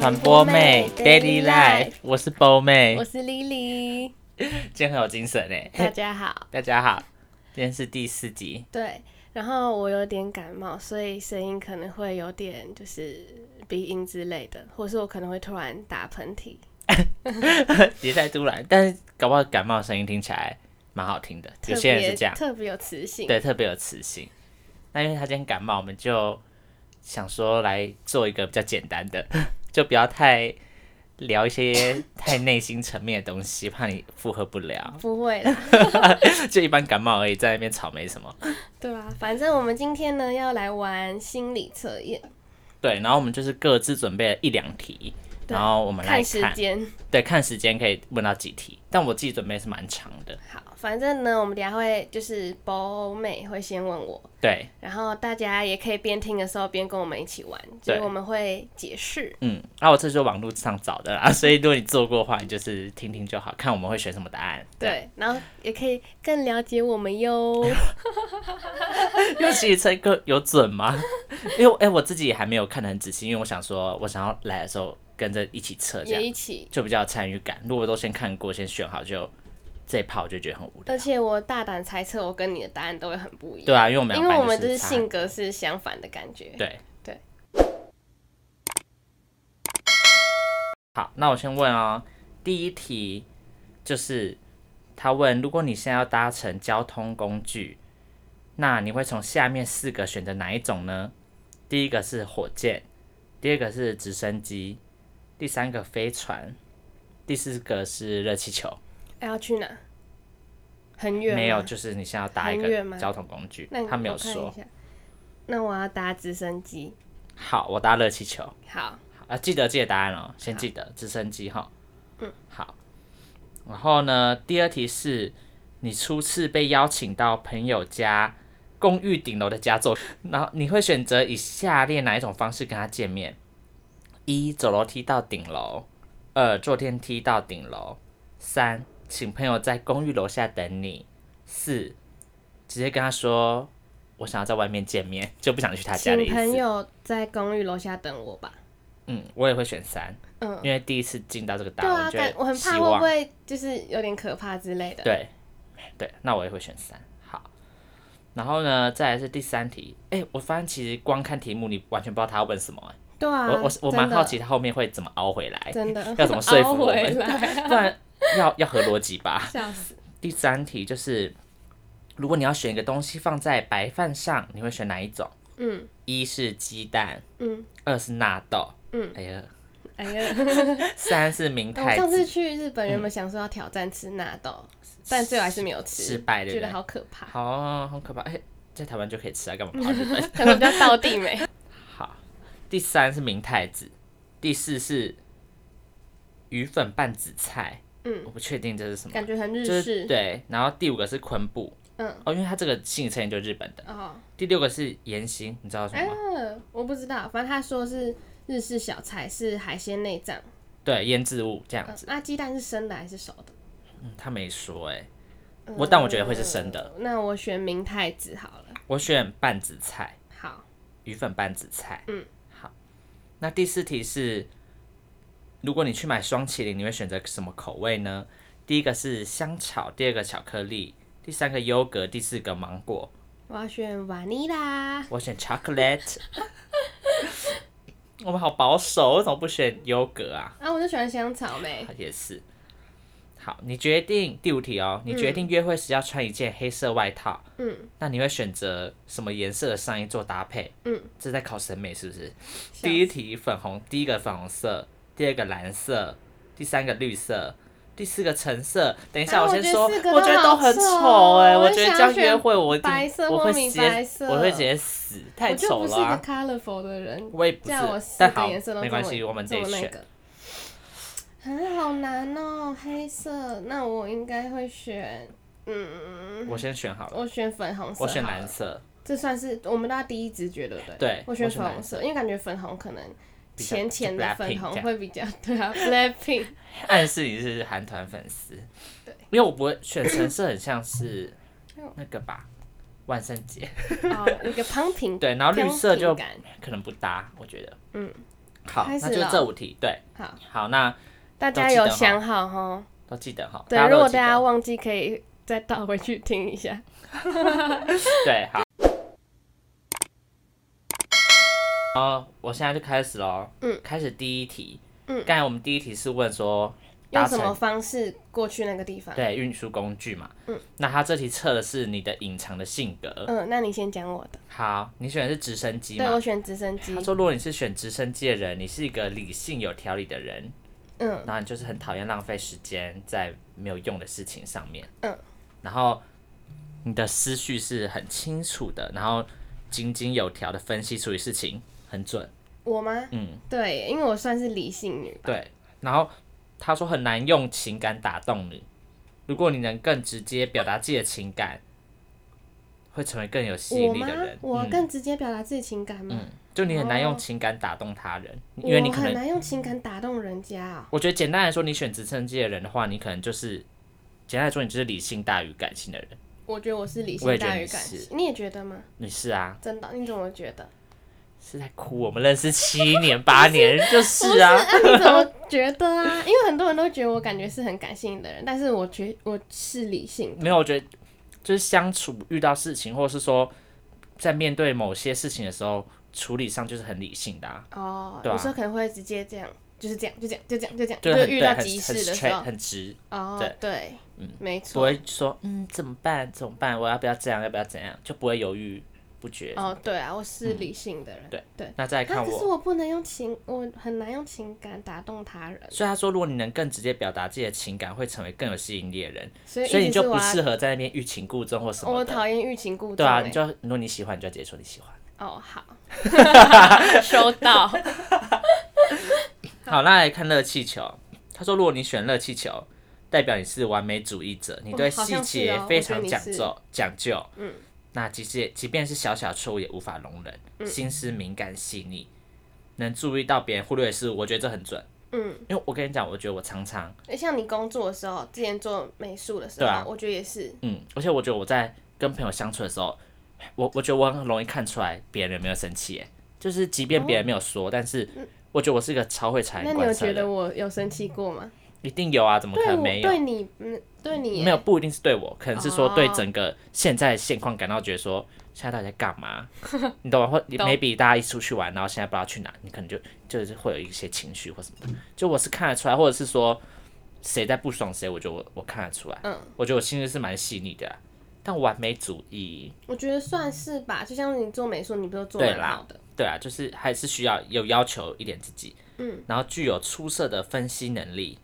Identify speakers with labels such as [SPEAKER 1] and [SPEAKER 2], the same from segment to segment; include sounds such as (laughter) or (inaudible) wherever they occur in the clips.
[SPEAKER 1] 传播妹 Daily Life，我是波妹
[SPEAKER 2] 我，是
[SPEAKER 1] (laughs)
[SPEAKER 2] Lily，
[SPEAKER 1] 今天很有精神哎、
[SPEAKER 2] 大家好。
[SPEAKER 1] (laughs) 大家好，今天是第四集，
[SPEAKER 2] 对，然后我有点感冒，所以声音可能会有点就是鼻音之类的，或是我可能会突然打喷嚏。
[SPEAKER 1] 别太突然，但是搞不好感冒的声音听起来蛮好听的，有些人是这样，
[SPEAKER 2] 特别特别有磁性。
[SPEAKER 1] 对，特别有磁性。那因为他今天感冒，我们就想说来做一个比较简单的， (laughs) 就不要太聊一些 (laughs) 太内心层面的东西，怕你负荷不了， (laughs)
[SPEAKER 2] 不会啦， (laughs)
[SPEAKER 1] 就一般感冒而已，在那边吵没什么。
[SPEAKER 2] 对吧、反正我们今天呢要来玩心理测验，
[SPEAKER 1] 对，然后我们就是各自准备了一两题，
[SPEAKER 2] 对
[SPEAKER 1] 然后我们来
[SPEAKER 2] 看时
[SPEAKER 1] 看。
[SPEAKER 2] 间。
[SPEAKER 1] 对，看时间可以问到几题，但我自己准备是蛮长的。
[SPEAKER 2] 好，反正呢我们等一下会就是博美会先问我，
[SPEAKER 1] 对，
[SPEAKER 2] 然后大家也可以边听的时候边跟我们一起玩，就是
[SPEAKER 1] 对
[SPEAKER 2] 我们会解释。
[SPEAKER 1] 嗯，那、我这是网络上找的啦， (laughs) 所以如果你做过的话，你就是听听就好，看我们会选什么答案。
[SPEAKER 2] 对，然后也可以更了解我们
[SPEAKER 1] (laughs)
[SPEAKER 2] 哟。
[SPEAKER 1] 对，因为其实这个有准吗？ (laughs) 因为哎、我自己还没有看得很仔细，因为我想说，我想要来的时候跟着一起测，这
[SPEAKER 2] 也
[SPEAKER 1] 样
[SPEAKER 2] 一起。
[SPEAKER 1] 就比较有参与感。如果都先看过，先选好就，这一趴我就觉得很无聊。
[SPEAKER 2] 而且我大胆猜测，我跟你的答案都会很不一样，
[SPEAKER 1] 对啊，因为我们
[SPEAKER 2] 因为我们
[SPEAKER 1] 就
[SPEAKER 2] 就是
[SPEAKER 1] 差
[SPEAKER 2] 性格是相反的感觉。
[SPEAKER 1] 对
[SPEAKER 2] 对。
[SPEAKER 1] 好，那我先问哦，第一题就是他问，如果你现在要搭乘交通工具，那你会从下面四个选择哪一种呢？第一个是火箭，第二个是直升机，第三个飞船，第四个是热气球。
[SPEAKER 2] 哎要去哪？很远吗
[SPEAKER 1] 没有，，就是你现在要搭一
[SPEAKER 2] 很远吗
[SPEAKER 1] 个交通工具
[SPEAKER 2] 那，你
[SPEAKER 1] 他没有
[SPEAKER 2] 我看
[SPEAKER 1] 说
[SPEAKER 2] 一。下。那我要搭直升机。
[SPEAKER 1] 好，我搭热气球。
[SPEAKER 2] 好，
[SPEAKER 1] 好啊，记得记得答案哦，先记得直升机哈。嗯，好。然后呢，第二题是你初次被邀请到朋友家公寓顶楼的家做， (laughs) 然后你会选择以下列哪一种方式跟他见面？一走楼梯到顶楼，二坐电梯到顶楼，三请朋友在公寓楼下等你，四直接跟他说我想要在外面见面，就不想去他家的
[SPEAKER 2] 请
[SPEAKER 1] 意思。
[SPEAKER 2] 朋友在公寓楼下等我吧。
[SPEAKER 1] 嗯，我也会选三，
[SPEAKER 2] 嗯
[SPEAKER 1] 因为第一次进到这个大
[SPEAKER 2] 对
[SPEAKER 1] 楼，
[SPEAKER 2] 啊，
[SPEAKER 1] 就
[SPEAKER 2] 但
[SPEAKER 1] 会
[SPEAKER 2] 我很
[SPEAKER 1] 希
[SPEAKER 2] 怕会
[SPEAKER 1] 望
[SPEAKER 2] 不会就是有点可怕之类的。
[SPEAKER 1] 对对，那我也会选三。好，然后呢，再来是第三题。哎、我发现其实光看题目，你完全不知道他要问什么、哎
[SPEAKER 2] 对啊，
[SPEAKER 1] 我我我蛮
[SPEAKER 2] 真的
[SPEAKER 1] 好奇，他后面会怎么凹回来，
[SPEAKER 2] 真 (laughs) 的
[SPEAKER 1] 要怎么说服
[SPEAKER 2] 凹
[SPEAKER 1] 我
[SPEAKER 2] 回
[SPEAKER 1] 们，
[SPEAKER 2] 来？
[SPEAKER 1] 不然要 (laughs) 要合逻辑吧。
[SPEAKER 2] (laughs) 笑死！
[SPEAKER 1] 第三题就是，如果你要选一个东西放在白饭上，你会选哪一种？
[SPEAKER 2] 嗯，
[SPEAKER 1] 一是鸡蛋，
[SPEAKER 2] 嗯，
[SPEAKER 1] 二是纳豆，
[SPEAKER 2] 嗯，
[SPEAKER 1] 哎呀，
[SPEAKER 2] 哎呀。
[SPEAKER 1] 三是明
[SPEAKER 2] 我 (laughs)
[SPEAKER 1] 太
[SPEAKER 2] 上次
[SPEAKER 1] 子，
[SPEAKER 2] 去日本，原本想说要挑战吃纳豆，但最后还是没有吃，
[SPEAKER 1] 失败对不
[SPEAKER 2] 觉得
[SPEAKER 1] 对
[SPEAKER 2] 好可 (laughs) 怕。
[SPEAKER 1] 好、好可怕，哎、在台湾就可以吃啊，干嘛
[SPEAKER 2] (laughs)
[SPEAKER 1] 跑日本？
[SPEAKER 2] 可能比较道地美，
[SPEAKER 1] 好，第三是明太子，第四是鱼粉拌紫菜，
[SPEAKER 2] 嗯，
[SPEAKER 1] 我不确定这是什
[SPEAKER 2] (laughs)
[SPEAKER 1] 么，
[SPEAKER 2] 感觉很日
[SPEAKER 1] 就
[SPEAKER 2] 式
[SPEAKER 1] 是。对，然后第五个是昆布，
[SPEAKER 2] 嗯，
[SPEAKER 1] 哦，因为它这个姓称就是日本的，
[SPEAKER 2] 哦，
[SPEAKER 1] 第六个是盐心，你知道什
[SPEAKER 2] 哎
[SPEAKER 1] 么吗？，
[SPEAKER 2] 我不知道，反正他说是日式小菜，是海鲜内脏。
[SPEAKER 1] 对，腌制物这样
[SPEAKER 2] 嗯
[SPEAKER 1] 子，
[SPEAKER 2] 那鸡蛋是生的还是熟的？
[SPEAKER 1] 嗯他没说哎、
[SPEAKER 2] 嗯
[SPEAKER 1] 我但我觉得会是生的，
[SPEAKER 2] 那我选明太子好了。
[SPEAKER 1] 我选拌紫菜，
[SPEAKER 2] 好，
[SPEAKER 1] 鱼粉拌紫菜，
[SPEAKER 2] 嗯，
[SPEAKER 1] 好，那第四题是，如果你去买双麒麟，你会选择什么口味呢？第一个是香草，第二个巧克力，第三个优格，第四个芒果。
[SPEAKER 2] 我要选瓦尼啦。
[SPEAKER 1] 我选 chocolate。我们好保守，为什么不选优格啊？
[SPEAKER 2] 啊，我就喜欢香草妹。
[SPEAKER 1] 也是。好，你决定第五题哦。你决定约会时要穿一件黑色外套，
[SPEAKER 2] 嗯，
[SPEAKER 1] 那你会选择什么颜色的上衣做搭配？
[SPEAKER 2] 嗯，
[SPEAKER 1] 这在考审美是不是？
[SPEAKER 2] 笑
[SPEAKER 1] 第一题粉红，第一个粉红色，第二个蓝色，第三个绿色，第四个橙色。等一下，
[SPEAKER 2] 啊
[SPEAKER 1] 我先说，
[SPEAKER 2] 我觉得四个
[SPEAKER 1] 觉得
[SPEAKER 2] 都
[SPEAKER 1] 都
[SPEAKER 2] 好
[SPEAKER 1] 很
[SPEAKER 2] 丑
[SPEAKER 1] 丑哎、
[SPEAKER 2] 我
[SPEAKER 1] 我
[SPEAKER 2] 也
[SPEAKER 1] 觉得
[SPEAKER 2] 想
[SPEAKER 1] 这样
[SPEAKER 2] 选
[SPEAKER 1] 约会我一定
[SPEAKER 2] 白色
[SPEAKER 1] 我
[SPEAKER 2] 或
[SPEAKER 1] 会
[SPEAKER 2] 米
[SPEAKER 1] 直接
[SPEAKER 2] 白色
[SPEAKER 1] 我会直接死，太
[SPEAKER 2] 我就
[SPEAKER 1] 丑
[SPEAKER 2] 不是
[SPEAKER 1] 了
[SPEAKER 2] 一
[SPEAKER 1] 啊、
[SPEAKER 2] 个 colorful 的人，
[SPEAKER 1] 我也不
[SPEAKER 2] 叫我
[SPEAKER 1] 是，
[SPEAKER 2] 四
[SPEAKER 1] 但
[SPEAKER 2] 个
[SPEAKER 1] 好
[SPEAKER 2] 颜色，都
[SPEAKER 1] 没
[SPEAKER 2] 这
[SPEAKER 1] 关
[SPEAKER 2] 么
[SPEAKER 1] 系，我们得
[SPEAKER 2] 这么那
[SPEAKER 1] 选。
[SPEAKER 2] 个。啊，好难哦，黑色。那我应该会选，嗯，
[SPEAKER 1] 我先选
[SPEAKER 2] (laughs)
[SPEAKER 1] 好了，
[SPEAKER 2] 我选粉红色。
[SPEAKER 1] 我选蓝。色，
[SPEAKER 2] 这算是我们大家第一直觉，对不对？
[SPEAKER 1] 对
[SPEAKER 2] 我选
[SPEAKER 1] 我选
[SPEAKER 2] 粉红
[SPEAKER 1] 蓝
[SPEAKER 2] 色，因为感觉粉红可能
[SPEAKER 1] 比较
[SPEAKER 2] 浅浅的粉红
[SPEAKER 1] 就 Blackpink
[SPEAKER 2] 会比较对啊，blackpink。
[SPEAKER 1] (laughs) 暗示你是韩团粉丝。
[SPEAKER 2] 对，
[SPEAKER 1] 因为我不会选橙色，很像是那个吧，万圣节。
[SPEAKER 2] 哦，一个 pumping。
[SPEAKER 1] 对，然后绿色就
[SPEAKER 2] pumpkin 感
[SPEAKER 1] 可能不搭，我觉得。
[SPEAKER 2] 嗯。
[SPEAKER 1] 好，
[SPEAKER 2] 开始
[SPEAKER 1] 那就
[SPEAKER 2] 了
[SPEAKER 1] 这五题。对，
[SPEAKER 2] 好，
[SPEAKER 1] 好，那
[SPEAKER 2] 大
[SPEAKER 1] 都
[SPEAKER 2] 家
[SPEAKER 1] 记
[SPEAKER 2] 有
[SPEAKER 1] 得哈
[SPEAKER 2] 想好哈？
[SPEAKER 1] 都记得哈。
[SPEAKER 2] 对，
[SPEAKER 1] 都
[SPEAKER 2] 如果
[SPEAKER 1] 记得
[SPEAKER 2] 大家忘记，可以再倒回去听一下。
[SPEAKER 1] 对好，哦，我现在就开始喽。
[SPEAKER 2] 嗯，
[SPEAKER 1] 开始第一题。
[SPEAKER 2] 嗯
[SPEAKER 1] 刚才我们第一题是问说
[SPEAKER 2] 用
[SPEAKER 1] 搭
[SPEAKER 2] 什么
[SPEAKER 1] 乘
[SPEAKER 2] 方式过去那个地方？
[SPEAKER 1] 对运输工具嘛。嗯，那他这题测的是你的隐藏的性格。
[SPEAKER 2] 嗯，那你先讲我的。
[SPEAKER 1] 好，你选的是直升机
[SPEAKER 2] 对，我
[SPEAKER 1] 嘛？
[SPEAKER 2] 选直升机
[SPEAKER 1] 他。说，如果你是选直升机的人，你是一个理性有条理的人，
[SPEAKER 2] 嗯，
[SPEAKER 1] 然后你就是很讨厌浪费时间在没有用的事情上面，
[SPEAKER 2] 嗯，
[SPEAKER 1] 然后你的思绪是很清楚的，然后井井有条的分析处理事情，很准，
[SPEAKER 2] 我吗？
[SPEAKER 1] 嗯，
[SPEAKER 2] 对，因为我算是理性女。
[SPEAKER 1] 对。然后他说很难用情感打动你，如果你能更直接表达自己的情感，会成为更有吸
[SPEAKER 2] 我
[SPEAKER 1] 引力
[SPEAKER 2] 吗
[SPEAKER 1] 的人？。
[SPEAKER 2] 我
[SPEAKER 1] 嗯
[SPEAKER 2] 更直接表达自己情感吗？
[SPEAKER 1] 嗯，就你很难用
[SPEAKER 2] 哦
[SPEAKER 1] 情感打动他人，嗯因为你
[SPEAKER 2] 我
[SPEAKER 1] 可
[SPEAKER 2] 很
[SPEAKER 1] 能，
[SPEAKER 2] 难用情感打动人家哦。
[SPEAKER 1] 我觉得简单来说，你选直升机的人的话，你可能就是，简单来说，你就是理性大于感性的人。
[SPEAKER 2] 我觉得我是理
[SPEAKER 1] 我
[SPEAKER 2] 性
[SPEAKER 1] 也觉得
[SPEAKER 2] 大
[SPEAKER 1] 你
[SPEAKER 2] 于感
[SPEAKER 1] 是
[SPEAKER 2] 性，你也觉得吗？
[SPEAKER 1] 你是啊，
[SPEAKER 2] 真的？你怎么觉得？ (laughs) 啊
[SPEAKER 1] 是在哭。我们认识七年八年，就是啊，
[SPEAKER 2] 那你怎么觉得啊？因为很多人都觉得我感觉是很感性的人，但是我觉我是理性的。
[SPEAKER 1] (laughs) 没有，我觉得就是相处遇到事情，或是说在面对某些事情的时候，处理上就是很理性的、啊，
[SPEAKER 2] 哦，
[SPEAKER 1] 对啊
[SPEAKER 2] 有时候可能会直接这样，就是这样，就这样，就这样，就这样，
[SPEAKER 1] 就是
[SPEAKER 2] 是
[SPEAKER 1] 很
[SPEAKER 2] 遇
[SPEAKER 1] 对，
[SPEAKER 2] 到
[SPEAKER 1] 很很
[SPEAKER 2] 急事的时
[SPEAKER 1] straight，
[SPEAKER 2] 候。
[SPEAKER 1] 很直，
[SPEAKER 2] 哦
[SPEAKER 1] 对，
[SPEAKER 2] 对，
[SPEAKER 1] 嗯
[SPEAKER 2] 没
[SPEAKER 1] 不
[SPEAKER 2] 错。
[SPEAKER 1] 会说嗯怎么办怎么办，我要不要这样，要不要怎样，就不会犹豫不决。
[SPEAKER 2] 哦，对啊，我是理性的人。
[SPEAKER 1] 嗯对
[SPEAKER 2] 对。
[SPEAKER 1] 那再来
[SPEAKER 2] 啊，
[SPEAKER 1] 看
[SPEAKER 2] 可
[SPEAKER 1] 我
[SPEAKER 2] 是，我不能用情，我很难用情感打动他人，
[SPEAKER 1] 所以他说，如果你能更直接表达自己的情感，会成为更有吸引力的人。
[SPEAKER 2] 所以
[SPEAKER 1] 所以
[SPEAKER 2] 意
[SPEAKER 1] 你
[SPEAKER 2] 思是
[SPEAKER 1] 就
[SPEAKER 2] 我
[SPEAKER 1] 不
[SPEAKER 2] 要
[SPEAKER 1] 适合在那边欲擒故纵或什么
[SPEAKER 2] 我
[SPEAKER 1] 的。
[SPEAKER 2] 讨厌欲擒故纵、
[SPEAKER 1] 对啊，
[SPEAKER 2] 欸。
[SPEAKER 1] 你就如果你喜欢，你就要直接说你喜欢。
[SPEAKER 2] 哦，
[SPEAKER 1] (laughs)
[SPEAKER 2] 好，收到。
[SPEAKER 1] 好，那来看热气球。他说，如果你选热气球，代表你是完美主义者，你对
[SPEAKER 2] 好
[SPEAKER 1] 细
[SPEAKER 2] 像是
[SPEAKER 1] 节
[SPEAKER 2] 哦
[SPEAKER 1] 非常
[SPEAKER 2] 我觉
[SPEAKER 1] 讲
[SPEAKER 2] 得你是
[SPEAKER 1] 究讲究。嗯，那即使即便是小小错误也无法容忍，
[SPEAKER 2] 嗯
[SPEAKER 1] 心思敏感细腻，能注意到别人忽略的事物，我觉得这很准。
[SPEAKER 2] 嗯，
[SPEAKER 1] 因为我跟你讲，我觉得我常常
[SPEAKER 2] 诶像你工作的时候，之前做美术的时候，
[SPEAKER 1] 对啊
[SPEAKER 2] 我觉得也是。
[SPEAKER 1] 嗯，而且我觉得我在跟朋友相处的时候，我我觉得我很容易看出来别人有没有生气，哎，就是即便别人没有说，但是我觉得我是一个超会
[SPEAKER 2] 哦
[SPEAKER 1] 察
[SPEAKER 2] 嗯那
[SPEAKER 1] 言
[SPEAKER 2] 你有
[SPEAKER 1] 观色
[SPEAKER 2] 觉
[SPEAKER 1] 的
[SPEAKER 2] 得
[SPEAKER 1] 人，
[SPEAKER 2] 我有生气过吗？
[SPEAKER 1] 一定有啊，怎么可
[SPEAKER 2] 对
[SPEAKER 1] 能
[SPEAKER 2] 我，
[SPEAKER 1] 没有？
[SPEAKER 2] 对你，嗯，对你耶
[SPEAKER 1] 没有，不一定是对我，可能是说对
[SPEAKER 2] 哦
[SPEAKER 1] 整个现在的现况感到觉得说，现在到底在干
[SPEAKER 2] (laughs)
[SPEAKER 1] 嘛？你懂吗？或
[SPEAKER 2] 懂
[SPEAKER 1] maybe 大家一起出去玩，然后现在不知道去哪，你可能就就是会有一些情绪或什么的。就我是看得出来，或者是说谁在不爽谁，我觉得我我看得出来。
[SPEAKER 2] 嗯，
[SPEAKER 1] 我觉得我心里是蛮细腻的啊、但完美主义，
[SPEAKER 2] 我觉得算是吧。就像你做美术，你不是做
[SPEAKER 1] 对
[SPEAKER 2] 蛮
[SPEAKER 1] 啦
[SPEAKER 2] 好的，
[SPEAKER 1] 对啊，就是还是需要有要求一点自己，嗯，然后具有出色的分析能力，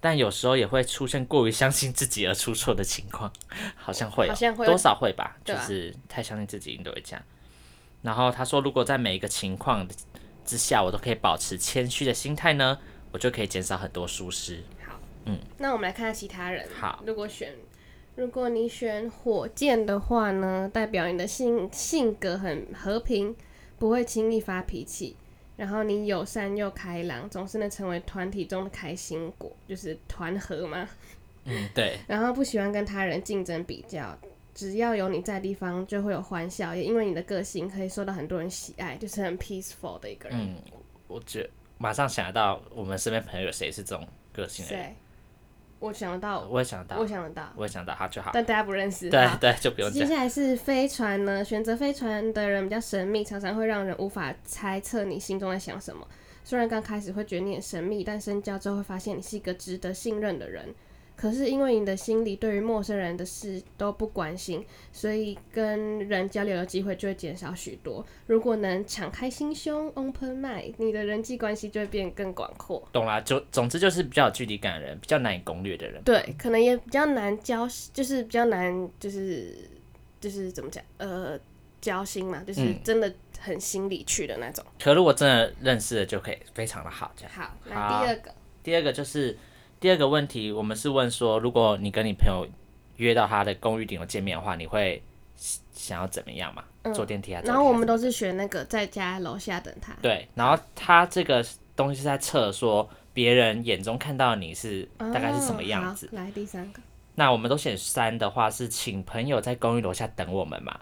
[SPEAKER 1] 但有时候也会出现过于相信自己而出错的情况， (laughs) 好像会哦、
[SPEAKER 2] 好像会
[SPEAKER 1] 多少会吧，
[SPEAKER 2] 对
[SPEAKER 1] 就
[SPEAKER 2] 啊
[SPEAKER 1] 是太相信自己，你都会这样。然后他说，如果在每一个情况之下，我都可以保持谦虚的心态呢，我就可以减少很多疏失。
[SPEAKER 2] 那我们来看看其他人。
[SPEAKER 1] 好，
[SPEAKER 2] 如果选，如果你选火箭的话呢，代表你的性性格很和平，不会轻易发脾气，然后你友善又开朗，总是能成为团体中的开心果，就是团和嘛。
[SPEAKER 1] 嗯，对，
[SPEAKER 2] 然后不喜欢跟他人竞争比较，只要有你在的地方，就会有欢笑，也因为你的个性可以受到很多人喜爱，就是很 peaceful 的一个人。
[SPEAKER 1] 嗯，我觉马上想得到我们身边朋友有谁是这种个性的人，
[SPEAKER 2] 谁？我想得到，
[SPEAKER 1] 我也想得到
[SPEAKER 2] 我，啊想得到，
[SPEAKER 1] 我也想得到他就好。
[SPEAKER 2] 但大家不认识。
[SPEAKER 1] 对
[SPEAKER 2] 好
[SPEAKER 1] 对，就不用
[SPEAKER 2] 接
[SPEAKER 1] 讲。
[SPEAKER 2] 下来是飞船呢，选择飞船的人比较神秘，常常会让人无法猜测你心中在想什么。虽然刚开始会觉得你很神秘，但深交之后会发现你是一个值得信任的人。可是因为你的心里对于陌生人的事都不关心，所以跟人交流的机会就会减少许多。如果能敞开心胸 （open mind），你的人际关系就会变得更广阔。
[SPEAKER 1] 懂啦，就总之就是比较有距离感的人，比较难以攻略的人。
[SPEAKER 2] 对，可能也比较难交，就是比较难，就是就是怎么讲，呃，交心嘛，就是
[SPEAKER 1] 嗯
[SPEAKER 2] 真的很心里去的那种。
[SPEAKER 1] 可如果真的认识了，就可以非常的好。这样，
[SPEAKER 2] 好，
[SPEAKER 1] 好
[SPEAKER 2] 那第二个，
[SPEAKER 1] 第二个就是第二个问题，我们是问说，如果你跟你朋友约到他的公寓顶楼见面的话，你会想想要怎么样嘛？坐电梯啊？
[SPEAKER 2] 嗯然后我们
[SPEAKER 1] 都
[SPEAKER 2] 都是选那个在家楼下等他。
[SPEAKER 1] 对，然后他这个东西是在测说别人眼中看到你是大概是什么样子。
[SPEAKER 2] 哦？
[SPEAKER 1] (laughs)
[SPEAKER 2] 好来第三个，
[SPEAKER 1] 那我们都选三的话，是请朋友在公寓楼下等我们嘛？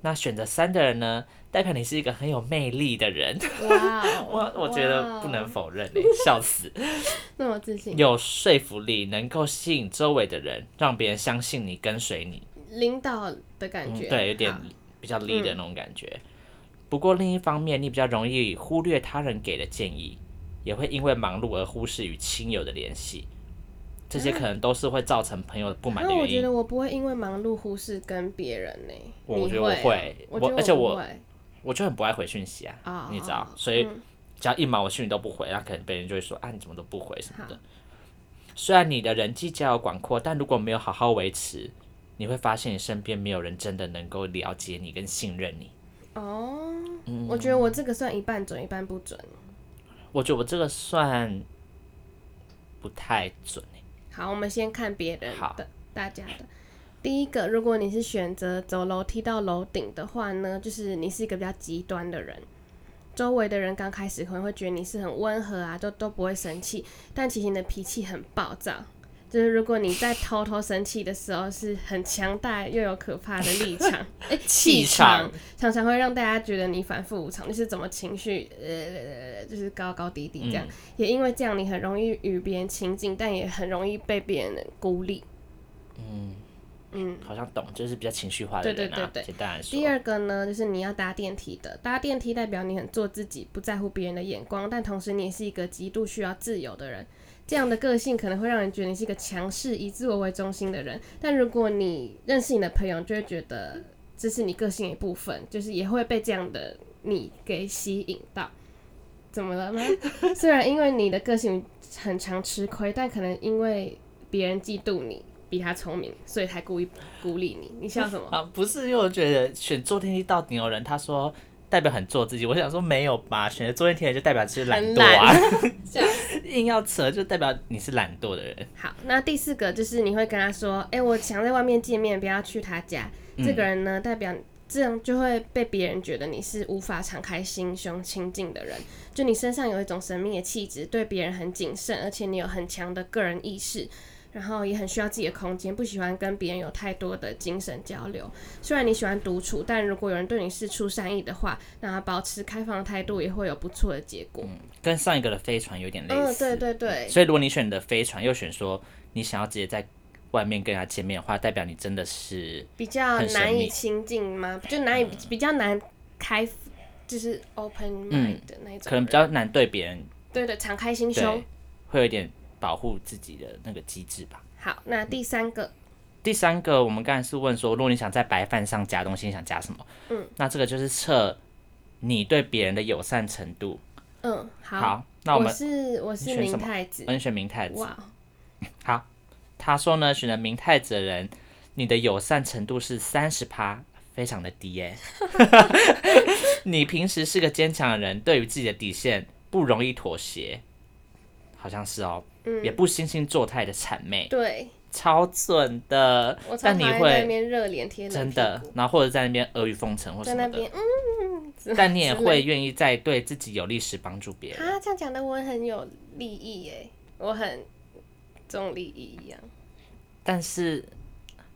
[SPEAKER 1] 那选择三的人呢，代表你是一个很有魅力的人。
[SPEAKER 2] 哇
[SPEAKER 1] 我
[SPEAKER 2] 哦，
[SPEAKER 1] 我觉
[SPEAKER 2] 哇
[SPEAKER 1] 得
[SPEAKER 2] 哦
[SPEAKER 1] 不能否认、
[SPEAKER 2] (laughs)
[SPEAKER 1] 欸，笑死！
[SPEAKER 2] 那么自信。
[SPEAKER 1] 有说服力，能够吸引周围的人，让别人相信你，跟随你。
[SPEAKER 2] 领导的感
[SPEAKER 1] 嗯
[SPEAKER 2] 觉，
[SPEAKER 1] 对，有点
[SPEAKER 2] 好
[SPEAKER 1] 比较 lead 的那种感觉。不过另一方面，你比较容易忽略他人给的建议，也会因为忙碌而忽视与亲友的联系。这
[SPEAKER 2] 啊
[SPEAKER 1] 些可能都是会造成朋友不满的
[SPEAKER 2] 那我
[SPEAKER 1] 原
[SPEAKER 2] 觉
[SPEAKER 1] 因。
[SPEAKER 2] 得我不会因为忙碌忽视跟别人呢、
[SPEAKER 1] 我
[SPEAKER 2] 你
[SPEAKER 1] 我觉得我会
[SPEAKER 2] 我
[SPEAKER 1] 我
[SPEAKER 2] 觉得
[SPEAKER 1] 而且
[SPEAKER 2] 不
[SPEAKER 1] 我
[SPEAKER 2] 会
[SPEAKER 1] 我就很不爱回讯息啊，
[SPEAKER 2] 哦
[SPEAKER 1] 你知
[SPEAKER 2] 哦，
[SPEAKER 1] 道所以只要一忙我讯息都不回，那可能别人就会说啊你怎么都不回什么的
[SPEAKER 2] 好。
[SPEAKER 1] 虽然你的人际交友广阔，但如果没有好好维持，你会发现你身边没有人真的能够了解你跟信任你。
[SPEAKER 2] 哦，
[SPEAKER 1] 嗯
[SPEAKER 2] 我觉得我这个算一半准一半不准。
[SPEAKER 1] 我觉得我这个算不太准欸、
[SPEAKER 2] 好，我们先看别人
[SPEAKER 1] 好
[SPEAKER 2] 的，大家的。第一个，如果你是选择走楼梯到楼顶的话呢，就是你是一个比较极端的人，周围的人刚开始可能会觉得你是很温和啊，都都不会生气，但其实你的脾气很暴躁。就是如果你在偷偷生气的时候，是很强大又有可怕的立场，哎、
[SPEAKER 1] 气
[SPEAKER 2] 场常常会让大家觉得你反复无常，就是怎么情绪呃，就是高高低低这样。也因为这样，你很容易与别人亲近，但也很容易被别人孤立。
[SPEAKER 1] 好像懂，就是比较情绪化的人啊。
[SPEAKER 2] 对对对对
[SPEAKER 1] 简单来说
[SPEAKER 2] 第，二个呢，就是你要搭电梯的。搭电梯代表你很做自己，不在乎别人的眼光，但同时你也是一个极度需要自由的人。这样的个性可能会让人觉得你是一个强势、以自我为中心的人。但如果你认识你的朋友，就会觉得这是你个性的一部分，就是也会被这样的你给吸引到。怎么
[SPEAKER 1] (laughs)
[SPEAKER 2] 了吗？虽然因为你的个性很常吃亏，但可能因为别人嫉妒你比他聪明，所以才故意孤立你。你笑什么？
[SPEAKER 1] 啊，不是，因为我觉得选坐电梯到顶有人，他说代表很做自己，我想说没有吧，选择坐电梯的人就代表是懒惰啊， (laughs)
[SPEAKER 2] 这样。
[SPEAKER 1] 硬要扯就代表你是懒惰的人。
[SPEAKER 2] 好，那第四个就是你会跟他说：“哎、我想在外面见面，不要去他家。
[SPEAKER 1] 嗯
[SPEAKER 2] 这个人呢，代表这样就会被别人觉得你是无法敞开心胸、亲近的人。就你身上有一种神秘的气质，对别人很谨慎，而且你有很强的个人意识。然后也很需要自己的空间，不喜欢跟别人有太多的精神交流。虽然你喜欢独处，但如果有人对你示出善意的话，那保持开放的态度也会有不错的结果。
[SPEAKER 1] 跟上一个的飞船有嗯点类
[SPEAKER 2] 嗯，
[SPEAKER 1] 似。
[SPEAKER 2] 对对对，
[SPEAKER 1] 所以如果你选的飞船又选说你想要直接在外面跟人家见面的话，代表你真的是
[SPEAKER 2] 比较
[SPEAKER 1] 很神
[SPEAKER 2] 难以
[SPEAKER 1] 秘
[SPEAKER 2] 亲近吗？就难以、比较难开，就是 open mind 的那种人、
[SPEAKER 1] 嗯可能比较难对别人
[SPEAKER 2] 对对，敞开心胸
[SPEAKER 1] 对。，会有一点保护自己的那个机制吧。
[SPEAKER 2] 好，那第三个，
[SPEAKER 1] 第三个，我们刚才是问说，如果你想在白饭上加东西，你想加什么？嗯，那这个就是测你对别人的友善程度。
[SPEAKER 2] 嗯，好，
[SPEAKER 1] 好，那我们
[SPEAKER 2] 是我
[SPEAKER 1] 你
[SPEAKER 2] 是
[SPEAKER 1] 选
[SPEAKER 2] 明
[SPEAKER 1] 什么
[SPEAKER 2] 太子，
[SPEAKER 1] 嗯选明太子。
[SPEAKER 2] 哇，
[SPEAKER 1] 好，他说呢，选了明太子的人，你的友善程度是三十趴，非常的
[SPEAKER 2] (laughs)
[SPEAKER 1] 低耶、你平时是个坚强的人，对于自己的底线不容易妥协，好像是哦，
[SPEAKER 2] 嗯
[SPEAKER 1] 也不惺惺作态的谄媚，
[SPEAKER 2] 对
[SPEAKER 1] 超准的
[SPEAKER 2] 我。超
[SPEAKER 1] 但
[SPEAKER 2] 讨
[SPEAKER 1] 你
[SPEAKER 2] 厌
[SPEAKER 1] 会
[SPEAKER 2] 在那边热脸贴冷
[SPEAKER 1] 真
[SPEAKER 2] 屁
[SPEAKER 1] 的
[SPEAKER 2] 股，，
[SPEAKER 1] 然后或者在那边阿谀奉承或
[SPEAKER 2] 在
[SPEAKER 1] 什
[SPEAKER 2] 那
[SPEAKER 1] 么的，
[SPEAKER 2] 边嗯 (laughs) 之
[SPEAKER 1] 但你也
[SPEAKER 2] 之类
[SPEAKER 1] 会愿意在对自己有利时帮助别人。
[SPEAKER 2] 啊，这样讲的我很有利益耶，我很重利益一样。
[SPEAKER 1] 但是，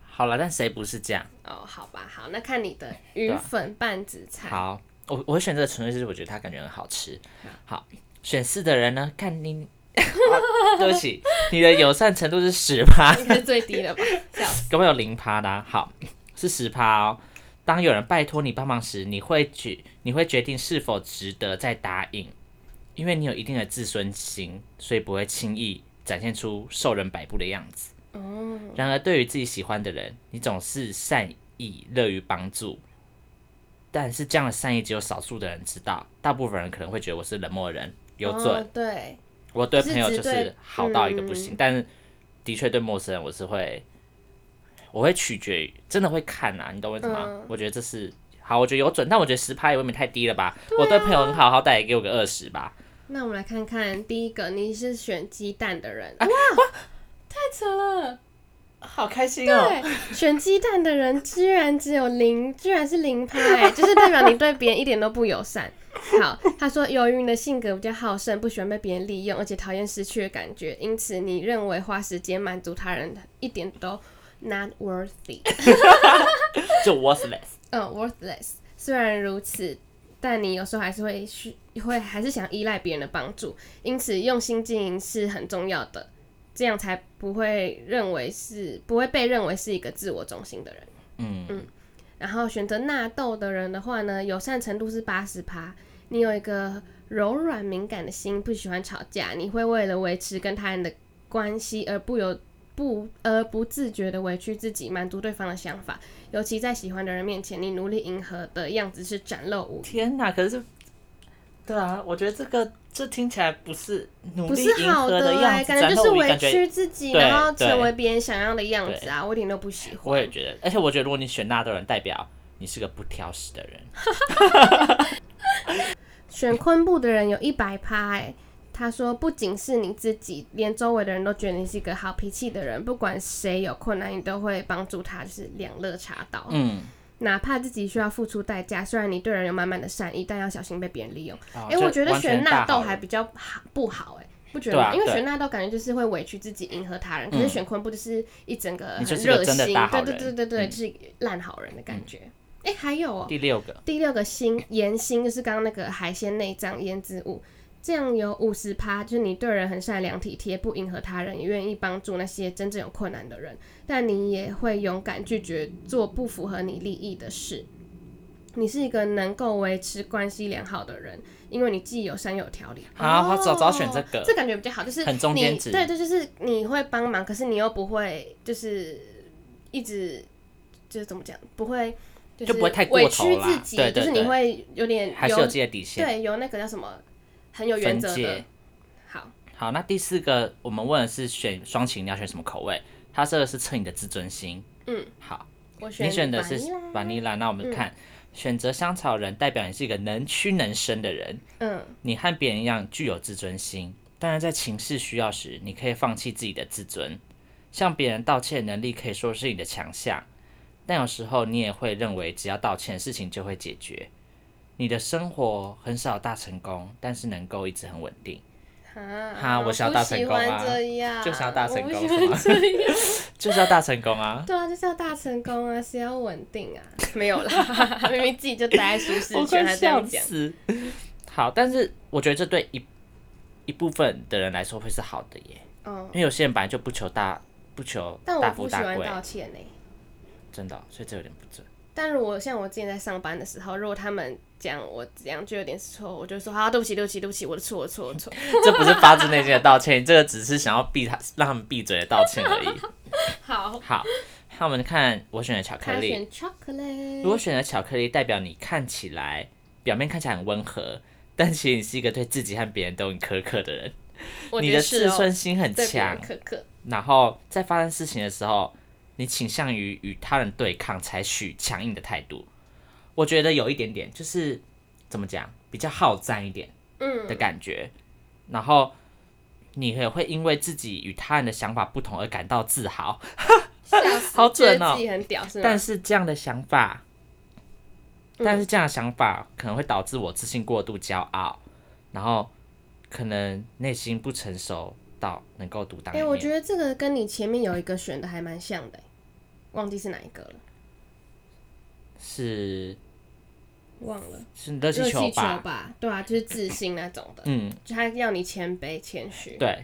[SPEAKER 1] 好了，但谁不是这样？
[SPEAKER 2] 哦，好吧，好，那看你的鱼
[SPEAKER 1] 啊
[SPEAKER 2] 粉拌紫菜，
[SPEAKER 1] 好，我我会选这个纯粹是我觉得它感觉很好吃。好，选四的人呢，
[SPEAKER 2] (laughs)
[SPEAKER 1] 看你，好对不起，你的友善程度是十趴，
[SPEAKER 2] (laughs) 应该是最低了吧？笑死，
[SPEAKER 1] 根本有零趴的啊、好，是十趴哦。当有人拜托你帮忙时，你会决你会决定是否值得再答应，因为你有一定的自尊心，所以不会轻易展现出受人摆布的样子。
[SPEAKER 2] 哦。
[SPEAKER 1] 然而，对于自己喜欢的人，你总是善意、乐于帮助，但是这样的善意只有少数的人知道，大部分人可能会觉得我是冷漠的人， (laughs) 有准。
[SPEAKER 2] 哦、对，
[SPEAKER 1] 我对嗯朋友
[SPEAKER 2] 是
[SPEAKER 1] 就
[SPEAKER 2] 只对
[SPEAKER 1] 是好到一个不行，但是的确对陌生人我是会，我会取决于真的会看啊，你懂我意思吗？
[SPEAKER 2] 嗯
[SPEAKER 1] 我觉得这是好，我觉得有准，但我觉得十趴也未免太低了吧。我对啊朋友很好，好歹也给我个二十吧。
[SPEAKER 2] 那我们来看看第一个，你是选鸡蛋的人，哇，太扯了！
[SPEAKER 1] (laughs) 好开心哦
[SPEAKER 2] 对，啊选鸡蛋的人居然只有零，居然是零拍、就是代表你对别人一点都不友善。好，他说由于你的性格比较好胜，不喜欢被别人利用，而且讨厌失去的感觉，因此你认为花时间满足他人一点都 not worthy，
[SPEAKER 1] 就 worthless。
[SPEAKER 2] 嗯，worthless。虽然如此，但你有时候还是会需会还是想依赖别人的帮助，因此用心经营是很重要的，这样才不会认为是不会被认为是一个自我中心的人。
[SPEAKER 1] 嗯
[SPEAKER 2] 然后选择纳豆的人的话呢，友善程度是八十趴。你有一个柔软敏感的心，不喜欢吵架，你会为了维持跟他人的关系而不由不而不自觉的委屈自己，满足对方的想法。尤其在喜欢的人面前，你努力迎合的样子是展露无
[SPEAKER 1] 天哪！可是，对啊，我觉得这个这听起来不是努
[SPEAKER 2] 不
[SPEAKER 1] 力
[SPEAKER 2] 是
[SPEAKER 1] 迎
[SPEAKER 2] 好
[SPEAKER 1] 合
[SPEAKER 2] 的
[SPEAKER 1] 样
[SPEAKER 2] 哎、
[SPEAKER 1] 子，
[SPEAKER 2] 感觉就
[SPEAKER 1] 然
[SPEAKER 2] 是
[SPEAKER 1] 后我
[SPEAKER 2] 委
[SPEAKER 1] 感觉
[SPEAKER 2] 屈自己，
[SPEAKER 1] 对
[SPEAKER 2] 然后
[SPEAKER 1] 对
[SPEAKER 2] 成为别人想要的样子啊，我一点都不喜欢。
[SPEAKER 1] 我也觉得，而且我觉得如果你选纳豆人，代表你是个不挑食的人。
[SPEAKER 2] 选昆布的人有一百趴哎，他说不仅是你自己，连周围的人都觉得你是一个好脾气的人，不管谁有困难，你都会帮助他，就是两肋插刀。
[SPEAKER 1] 嗯，
[SPEAKER 2] 哪怕自己需要付出代价，虽然你对人有满满的善意，但要小心被别人利用。
[SPEAKER 1] (laughs) 哎
[SPEAKER 2] 哎、我觉得选纳豆还
[SPEAKER 1] 比
[SPEAKER 2] 比较好不好哎、不觉得
[SPEAKER 1] 对啊
[SPEAKER 2] 吗？因为
[SPEAKER 1] 对嗯
[SPEAKER 2] 选纳豆感觉就是会委屈自己迎合他人，可是选昆布就是一整个很
[SPEAKER 1] 你就是个
[SPEAKER 2] 热
[SPEAKER 1] 真
[SPEAKER 2] 心，
[SPEAKER 1] 的大好
[SPEAKER 2] 对对
[SPEAKER 1] 人
[SPEAKER 2] 对对对，
[SPEAKER 1] 嗯
[SPEAKER 2] 就是烂好人的感觉。哎、还有哦、
[SPEAKER 1] 第六个，
[SPEAKER 2] 第六个心盐心就是刚刚那个海鲜内脏腌制物，这样有五十趴，就是你对人很善良体贴，不迎合他人，也愿意帮助那些真正有困难的人，但你也会勇敢拒绝做不符合你利益的事。你是一个能够维持关系良好的人，因为你既友善又有条理。
[SPEAKER 1] 啊我早
[SPEAKER 2] 哦
[SPEAKER 1] 早选这个
[SPEAKER 2] 这感觉比较好，就是
[SPEAKER 1] 很中
[SPEAKER 2] 你
[SPEAKER 1] 间值
[SPEAKER 2] 对对，就是你会帮忙，可是你又不会就是一直就是怎么讲，不会就
[SPEAKER 1] 就不会太过
[SPEAKER 2] 委
[SPEAKER 1] 头
[SPEAKER 2] 屈
[SPEAKER 1] 啦
[SPEAKER 2] 自己，
[SPEAKER 1] 对对
[SPEAKER 2] 就是你
[SPEAKER 1] 对
[SPEAKER 2] 会有点
[SPEAKER 1] 还是有自己的底线。
[SPEAKER 2] 对有那个叫什么很有原
[SPEAKER 1] 分
[SPEAKER 2] 则的
[SPEAKER 1] 界。。
[SPEAKER 2] 好，
[SPEAKER 1] 好，那第四个我们问的是选双擎，你要选什么口味？它这个是测你的自尊心。
[SPEAKER 2] 嗯，
[SPEAKER 1] 好，
[SPEAKER 2] 我选嗯
[SPEAKER 1] 你选的是
[SPEAKER 2] 马尼拉
[SPEAKER 1] vanilla，那我们看、选择香草人，代表你是一个能屈能伸的人，
[SPEAKER 2] 嗯，
[SPEAKER 1] 你和别人一样具有自尊心。当然，在情势需要时，你可以放弃自己的自尊，向别人道歉能力可以说是你的强项，但有时候你也会认为只要道歉，事情就会解决。你的生活很少大成功，但是能够一直很稳定。
[SPEAKER 2] 啊
[SPEAKER 1] 哈我想要大成功
[SPEAKER 2] 我
[SPEAKER 1] 啊
[SPEAKER 2] 不喜欢这样，
[SPEAKER 1] 就想要大成功
[SPEAKER 2] 我不喜欢这样，
[SPEAKER 1] 就是要大成功 (laughs) 啊！
[SPEAKER 2] 对啊，就是要大成功啊，谁要稳定啊？没有啦， (laughs) 明明自己就待在舒
[SPEAKER 1] (laughs)
[SPEAKER 2] 适圈，还这样讲。
[SPEAKER 1] 死。好，但是我觉得这对一一部分的人来说会是好的耶，
[SPEAKER 2] 嗯
[SPEAKER 1] 因，为有些人本来就不求大，不求
[SPEAKER 2] 但我
[SPEAKER 1] 大
[SPEAKER 2] 不
[SPEAKER 1] 富
[SPEAKER 2] 喜
[SPEAKER 1] 大
[SPEAKER 2] 欢
[SPEAKER 1] 贵，
[SPEAKER 2] 道歉呢、
[SPEAKER 1] 真的哦、所以这有点不准。
[SPEAKER 2] 但如果像我之前在上班的时候，如果他们讲我这样就有点错，我就说好，对不起，对不起，对不起，我的错，我的错，我的错。
[SPEAKER 1] (laughs)
[SPEAKER 2] (laughs)
[SPEAKER 1] 这不是发自内心的道歉，这个只是想要闭他让他们闭嘴的道歉
[SPEAKER 2] (laughs)
[SPEAKER 1] 而已。
[SPEAKER 2] 好，
[SPEAKER 1] 好，那我们看我选的巧克
[SPEAKER 2] 他
[SPEAKER 1] 力，
[SPEAKER 2] 选 chocolate。
[SPEAKER 1] 如果选的巧克力，代表你看起来表面看起来很温和，但其实你是一个对自己和别人都很苛刻的人，
[SPEAKER 2] 我
[SPEAKER 1] 你
[SPEAKER 2] 觉
[SPEAKER 1] 的
[SPEAKER 2] 得是
[SPEAKER 1] 自
[SPEAKER 2] 哦，
[SPEAKER 1] 尊心很
[SPEAKER 2] 对别
[SPEAKER 1] 强
[SPEAKER 2] 人，苛
[SPEAKER 1] (laughs)
[SPEAKER 2] 刻，
[SPEAKER 1] 然后在发生事情的时候，你倾向于与他人对抗，采取强硬的态度。我觉得有一点点就是怎么讲，比较好战一点
[SPEAKER 2] 嗯
[SPEAKER 1] 的感觉。然后你也会因为自己与他人的想法不同而感到自豪，
[SPEAKER 2] 笑死
[SPEAKER 1] 好准
[SPEAKER 2] 觉
[SPEAKER 1] 哦
[SPEAKER 2] 得自己很屌是吗？
[SPEAKER 1] 但是这样的想法，
[SPEAKER 2] 嗯
[SPEAKER 1] 但是这样的想法可能会导致我自信过度、骄傲，然后可能内心不成熟到能够独当
[SPEAKER 2] 哎、
[SPEAKER 1] 一
[SPEAKER 2] 我
[SPEAKER 1] 面。
[SPEAKER 2] 觉得这个跟你前面有一个选的还蛮像的、欸忘记是哪一个了，
[SPEAKER 1] 是
[SPEAKER 2] 忘了。
[SPEAKER 1] 是热气
[SPEAKER 2] 热
[SPEAKER 1] 球
[SPEAKER 2] 气球
[SPEAKER 1] 吧？
[SPEAKER 2] 吧，对啊，就是自信那种的，
[SPEAKER 1] 嗯，
[SPEAKER 2] 就他要你谦卑谦虚。
[SPEAKER 1] 对，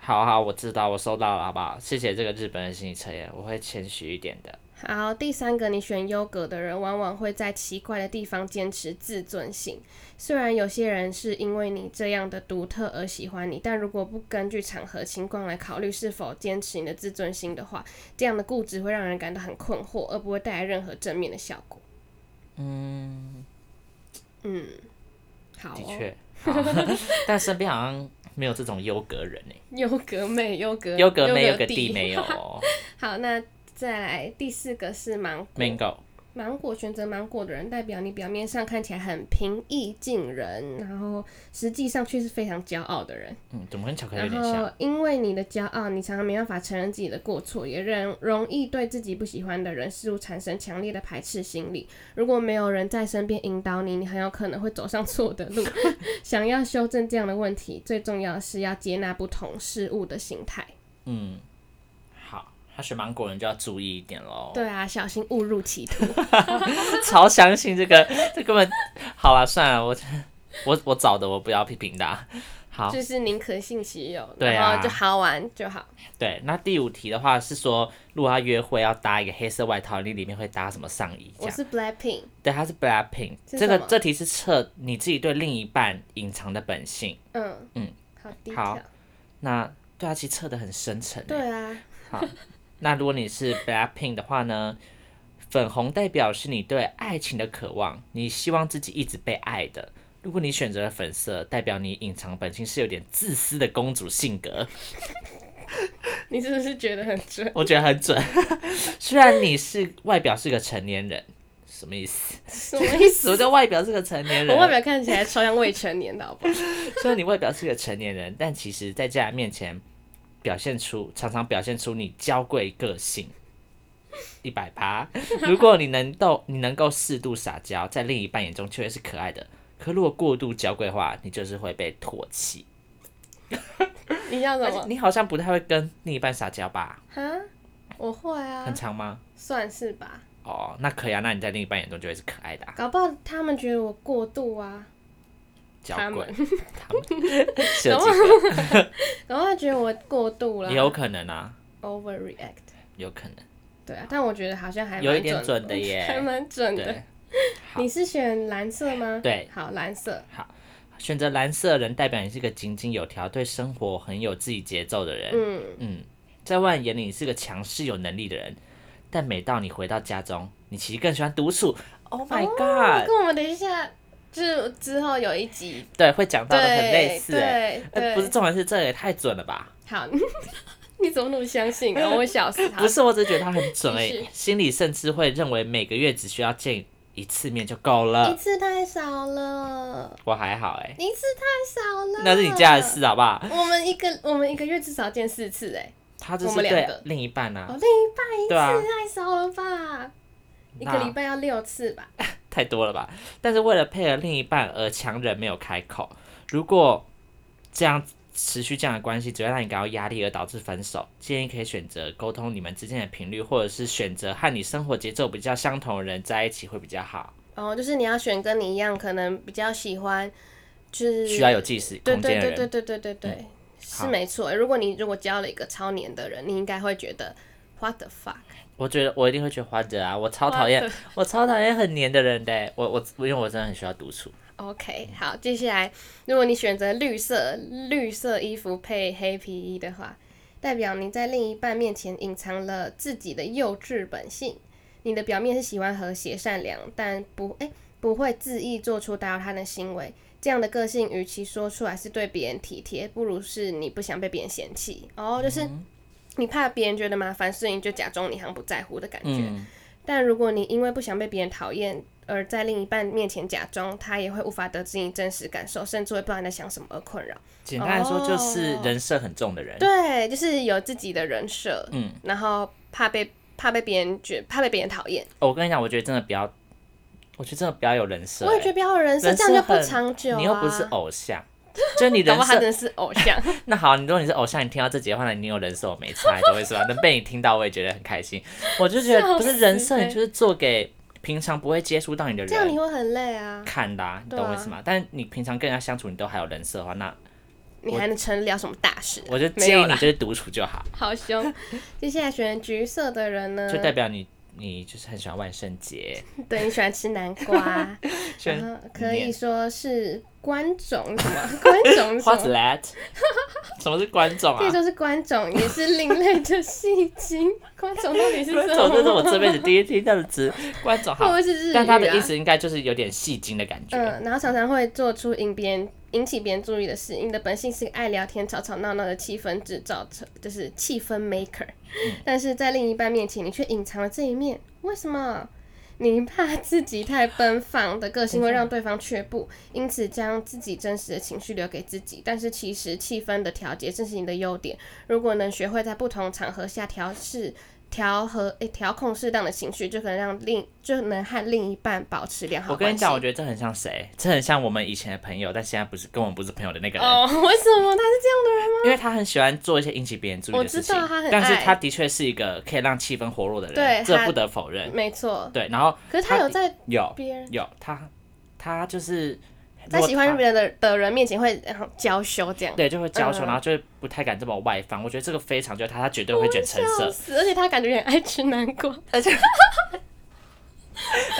[SPEAKER 1] 好好，我知道，我收到了，好不好？谢谢这个日本的心理测验，我会谦虚一点的。
[SPEAKER 2] 好，第三个，你选优格的人，往往会在奇怪的地方坚持自尊心。虽然有些人是因为你这样的独特而喜欢你，但如果不根据场合情况来考虑是否坚持你的自尊心的话，这样的固执会让人感到很困惑，而不会带来任何正面的效果。嗯嗯，好、
[SPEAKER 1] 的
[SPEAKER 2] 哦，
[SPEAKER 1] 确，
[SPEAKER 2] (laughs)
[SPEAKER 1] 好但身边好像没有这种优格人呢、
[SPEAKER 2] 优格妹，优格，
[SPEAKER 1] 优格妹、优格
[SPEAKER 2] 弟
[SPEAKER 1] 弟没有。哦。
[SPEAKER 2] 好，那再来第四个是芒果。
[SPEAKER 1] (laughs) Mango，
[SPEAKER 2] 芒果选择芒果的人，代表你表面上看起来很平易近人，然后实际上却是非常骄傲的人。
[SPEAKER 1] 嗯，怎么跟巧克力有
[SPEAKER 2] 然
[SPEAKER 1] 点像？
[SPEAKER 2] 后因为你的骄傲，你常常没办法承认自己的过错，也容容易对自己不喜欢的人事物产生强烈的排斥心理。如果没有人在身边引导你，你很有可能会走上错的
[SPEAKER 1] (laughs)
[SPEAKER 2] 路。想要修正这样的问题，最重要的是要接纳不同事物的心态。
[SPEAKER 1] 嗯，好，他选芒果人就要注意一点喽。
[SPEAKER 2] 对啊，小心误入歧途。
[SPEAKER 1] 超相信这个， (laughs) 这根本好了，算了，我 (laughs) 我我找的，我不要批评他。好，
[SPEAKER 2] 就是宁可信其有，
[SPEAKER 1] 对啊
[SPEAKER 2] 然后就好玩就好。
[SPEAKER 1] 对，那第五题的话是说，如果他约会要搭一个黑色外套，你里面会搭什么上衣？这
[SPEAKER 2] 我
[SPEAKER 1] 样，
[SPEAKER 2] 是 Blackpink，
[SPEAKER 1] 对，它是 Blackpink。
[SPEAKER 2] 是
[SPEAKER 1] 这个
[SPEAKER 2] 什么
[SPEAKER 1] 这题是测你自己对另一半隐藏的本性。
[SPEAKER 2] 嗯
[SPEAKER 1] 嗯，
[SPEAKER 2] 好低
[SPEAKER 1] 好
[SPEAKER 2] 调。
[SPEAKER 1] 那对啊，其实测的很深沉。
[SPEAKER 2] 对啊，
[SPEAKER 1] 那如果你是 Blackpink 的话呢，粉红代表是你对爱情的渴望，你希望自己一直被爱的。如果你选择了粉色，代表你隐藏本性是有点自私的公主性格，
[SPEAKER 2] 你是不是觉得很
[SPEAKER 1] (laughs)
[SPEAKER 2] 准？
[SPEAKER 1] 我觉得很
[SPEAKER 2] (laughs)
[SPEAKER 1] 准。虽然你是外表是个成年人，什么意思？
[SPEAKER 2] 什么意
[SPEAKER 1] 什
[SPEAKER 2] 思
[SPEAKER 1] 么？叫外表是个成年
[SPEAKER 2] 我
[SPEAKER 1] 人？
[SPEAKER 2] 外表看起来超像未成年的，好不
[SPEAKER 1] (laughs)
[SPEAKER 2] 好？
[SPEAKER 1] 虽然你外表是个成年人，但其实在家人面前表现出常常表现出你娇贵个性。一百八，如果你能够你能够适度撒娇，在另一半眼中确实是可爱的。可如果过度娇贵的话，你就是会被唾弃。
[SPEAKER 2] 你要
[SPEAKER 1] 而
[SPEAKER 2] 怎
[SPEAKER 1] 且
[SPEAKER 2] 么？
[SPEAKER 1] 你好像不太会跟另一半撒娇吧？
[SPEAKER 2] 哈，我会啊
[SPEAKER 1] 很，长吗？
[SPEAKER 2] 算是吧。
[SPEAKER 1] 哦，那可以啊，那你在另一半眼中就会是可爱的、啊，
[SPEAKER 2] 搞不好他们觉得我过度啊，
[SPEAKER 1] 娇
[SPEAKER 2] 他
[SPEAKER 1] 贵
[SPEAKER 2] 们， (laughs)
[SPEAKER 1] 他们 (laughs) 设
[SPEAKER 2] 搞不
[SPEAKER 1] 计的
[SPEAKER 2] 搞不好觉得我过度了
[SPEAKER 1] 也有可能啊，
[SPEAKER 2] ，overreact。
[SPEAKER 1] 有可能，
[SPEAKER 2] 对啊，但我觉得好像还
[SPEAKER 1] 有一
[SPEAKER 2] 蛮
[SPEAKER 1] 点准的
[SPEAKER 2] (laughs)
[SPEAKER 1] 耶
[SPEAKER 2] 还蛮准的。
[SPEAKER 1] 对。好
[SPEAKER 2] 你是选蓝色吗？
[SPEAKER 1] 对，
[SPEAKER 2] 好，蓝色。
[SPEAKER 1] 选择蓝色的人，代表你是个井井有条、对生活很有自己节奏的人。
[SPEAKER 2] 嗯，
[SPEAKER 1] 嗯，在外人眼里，你是个强势、有能力的人，但每到你回到家中，你其实更喜欢独处。Oh my
[SPEAKER 2] 哦
[SPEAKER 1] god！、
[SPEAKER 2] 跟我们等一下，就是之后有一集，
[SPEAKER 1] 对，会讲到
[SPEAKER 2] 对
[SPEAKER 1] 的很类似、欸。
[SPEAKER 2] 对
[SPEAKER 1] 呃
[SPEAKER 2] 对，
[SPEAKER 1] 不是，重点是这也太准了吧？
[SPEAKER 2] 好，你怎么那么相信啊？我会笑死他
[SPEAKER 1] 不。是，我只是觉得他很准而已
[SPEAKER 2] 继续。
[SPEAKER 1] 心里甚至会认为每个月只需要见一次面就够
[SPEAKER 2] 一
[SPEAKER 1] 了。
[SPEAKER 2] 次太少了，
[SPEAKER 1] 我还好哎、
[SPEAKER 2] 一次太少了。
[SPEAKER 1] 那是你家的。事好不好？
[SPEAKER 2] 我们一个我们一个月至少见四次哎、
[SPEAKER 1] 他这
[SPEAKER 2] 我
[SPEAKER 1] 是
[SPEAKER 2] 们
[SPEAKER 1] 对
[SPEAKER 2] 两个
[SPEAKER 1] 另一半啊，
[SPEAKER 2] 哦，另一半一
[SPEAKER 1] 对啊
[SPEAKER 2] 次太少了吧？一个
[SPEAKER 1] 那
[SPEAKER 2] 礼拜要六次吧？
[SPEAKER 1] 太多了吧？但是为了配合另一半而强忍没有开口，如果这样持续这样的关系，只会让你感到压力而导致分手。建议可以选择沟通你们之间的频率，或者是选择和你生活节奏比较相同的人在一起会比较好。
[SPEAKER 2] 哦，就是你要选跟你一样，可能比较喜欢，就是
[SPEAKER 1] 需要有计时
[SPEAKER 2] 对
[SPEAKER 1] 空
[SPEAKER 2] 对
[SPEAKER 1] 间的
[SPEAKER 2] 对对
[SPEAKER 1] 人，
[SPEAKER 2] 对对对对，
[SPEAKER 1] 好
[SPEAKER 2] 是没错。如果你如果交了一个超黏的人，你应该会觉得 what the fuck，
[SPEAKER 1] 我觉得我一定会觉得花着啊！我超讨厌
[SPEAKER 2] What，
[SPEAKER 1] (laughs) 我超讨厌很黏的人的、我我因为我真的很需要独处。
[SPEAKER 2] OK，好，接下来，如果你选择绿色绿色衣服配黑皮衣的话，代表你在另一半面前隐藏了自己的幼稚本性。你的表面是喜欢和谐善良，但不哎、不会恣意做出打扰他的行为。这样的个性，与其说出来是对别人体贴，不如是你不想被别人嫌弃。哦，就是你怕别人觉得麻烦，所以你就假装你好像不在乎的感觉。
[SPEAKER 1] 嗯，
[SPEAKER 2] 但如果你因为不想被别人讨厌而在另一半面前假装，他也会无法得知你真实感受，甚至会不知道你在想什么而困扰。
[SPEAKER 1] 简单来说就是人设很重的人。
[SPEAKER 2] 对，就是有自己的人设，
[SPEAKER 1] 嗯，
[SPEAKER 2] 然后怕被怕被别人觉怕被别人讨厌。
[SPEAKER 1] 哦我跟你讲，我觉得真的不要，我觉得真的不要有人设、
[SPEAKER 2] 我也
[SPEAKER 1] 欸
[SPEAKER 2] 觉得不要有人设，
[SPEAKER 1] 人
[SPEAKER 2] 这样就不
[SPEAKER 1] 很
[SPEAKER 2] 长久、啊。
[SPEAKER 1] 你又不是偶像，就你
[SPEAKER 2] 搞
[SPEAKER 1] 人
[SPEAKER 2] 不好他真
[SPEAKER 1] 设。
[SPEAKER 2] 的是偶
[SPEAKER 1] (laughs)
[SPEAKER 2] 像，
[SPEAKER 1] 那好，你如果你是偶像，你听到这节话呢，你有人设我没差，你都会说，能被你听到我也觉得很开心。我就觉得
[SPEAKER 2] (laughs) 笑
[SPEAKER 1] 不是
[SPEAKER 2] 死
[SPEAKER 1] 人设，
[SPEAKER 2] 欸
[SPEAKER 1] 你就是做给平常不会接触到你的
[SPEAKER 2] 这样你
[SPEAKER 1] 人
[SPEAKER 2] 会很累啊。
[SPEAKER 1] 看的、啊，你
[SPEAKER 2] 对
[SPEAKER 1] 懂我
[SPEAKER 2] 啊
[SPEAKER 1] 意思吗？但你平常跟人家相处，你都还有人设的话，那
[SPEAKER 2] 你还能成了什么大事啊、
[SPEAKER 1] 我就
[SPEAKER 2] 没
[SPEAKER 1] 建
[SPEAKER 2] 有
[SPEAKER 1] 议你
[SPEAKER 2] 啦，
[SPEAKER 1] 就是独处就好，
[SPEAKER 2] 好凶。接下来选橘色的人呢
[SPEAKER 1] 就？代表你你就是很喜欢万圣节，
[SPEAKER 2] 对，你喜欢吃南瓜。
[SPEAKER 1] (laughs) 喜欢
[SPEAKER 2] 嗯，可以
[SPEAKER 1] 念
[SPEAKER 2] 说是观种什么观种
[SPEAKER 1] (laughs) 花
[SPEAKER 2] 什
[SPEAKER 1] 子
[SPEAKER 2] 么， (laughs)
[SPEAKER 1] 来，什么是观众啊
[SPEAKER 2] 可以？说是观种，也是另类的戏精。观种到底是
[SPEAKER 1] 观
[SPEAKER 2] 什
[SPEAKER 1] 众这是我
[SPEAKER 2] 么？
[SPEAKER 1] 这辈子第一听到的词，观
[SPEAKER 2] (laughs)
[SPEAKER 1] 众
[SPEAKER 2] 会不
[SPEAKER 1] 好，
[SPEAKER 2] 会是日语、啊？
[SPEAKER 1] 但他的意，思应该就是有点戏精的感觉。
[SPEAKER 2] 嗯，然后常常会做出引别人引起别人注意的事。你的本性是个爱聊天、吵吵闹闹的气氛制造者，就是气氛 maker。但
[SPEAKER 1] 嗯
[SPEAKER 2] 是在另一半面前，你却隐藏了这一面，为什么？你怕自己太奔放的个性会让对方却步，因此将自己真实的情绪留给自己。但是其实气氛的调节正是你的优点，如果能学会在不同场合下调试调和诶调控适当的情绪，就可能让另就能和另一半保持良好
[SPEAKER 1] 我跟
[SPEAKER 2] 关
[SPEAKER 1] 你
[SPEAKER 2] 系。
[SPEAKER 1] 讲，我觉得这很像谁？这很像我们以前的朋友，但现在不是跟我们不是朋友的那个人，
[SPEAKER 2] 哦，为什么他是这样的人？
[SPEAKER 1] 因为他很喜欢做一些引起别人注意
[SPEAKER 2] 我
[SPEAKER 1] 的事
[SPEAKER 2] 知
[SPEAKER 1] 情
[SPEAKER 2] 道他很。
[SPEAKER 1] 但是
[SPEAKER 2] 爱
[SPEAKER 1] 他的确是一个可以让气氛活络的人，
[SPEAKER 2] 对
[SPEAKER 1] 这
[SPEAKER 2] 他
[SPEAKER 1] 不得否认。
[SPEAKER 2] 没错，
[SPEAKER 1] 对，然后
[SPEAKER 2] 可是他
[SPEAKER 1] 他
[SPEAKER 2] 有在
[SPEAKER 1] 有
[SPEAKER 2] 别人
[SPEAKER 1] 有他他就是
[SPEAKER 2] 在
[SPEAKER 1] 如果
[SPEAKER 2] 喜欢
[SPEAKER 1] 他
[SPEAKER 2] 别人的的人面前会然后娇羞这样，
[SPEAKER 1] 对，就会娇羞，
[SPEAKER 2] 嗯
[SPEAKER 1] 然后就会不太敢这么外放。我觉得这个非常，就是他，他绝对会卷橙色
[SPEAKER 2] 笑。死！而且他感觉也很爱吃南
[SPEAKER 1] (laughs)
[SPEAKER 2] 瓜，
[SPEAKER 1] 而且，而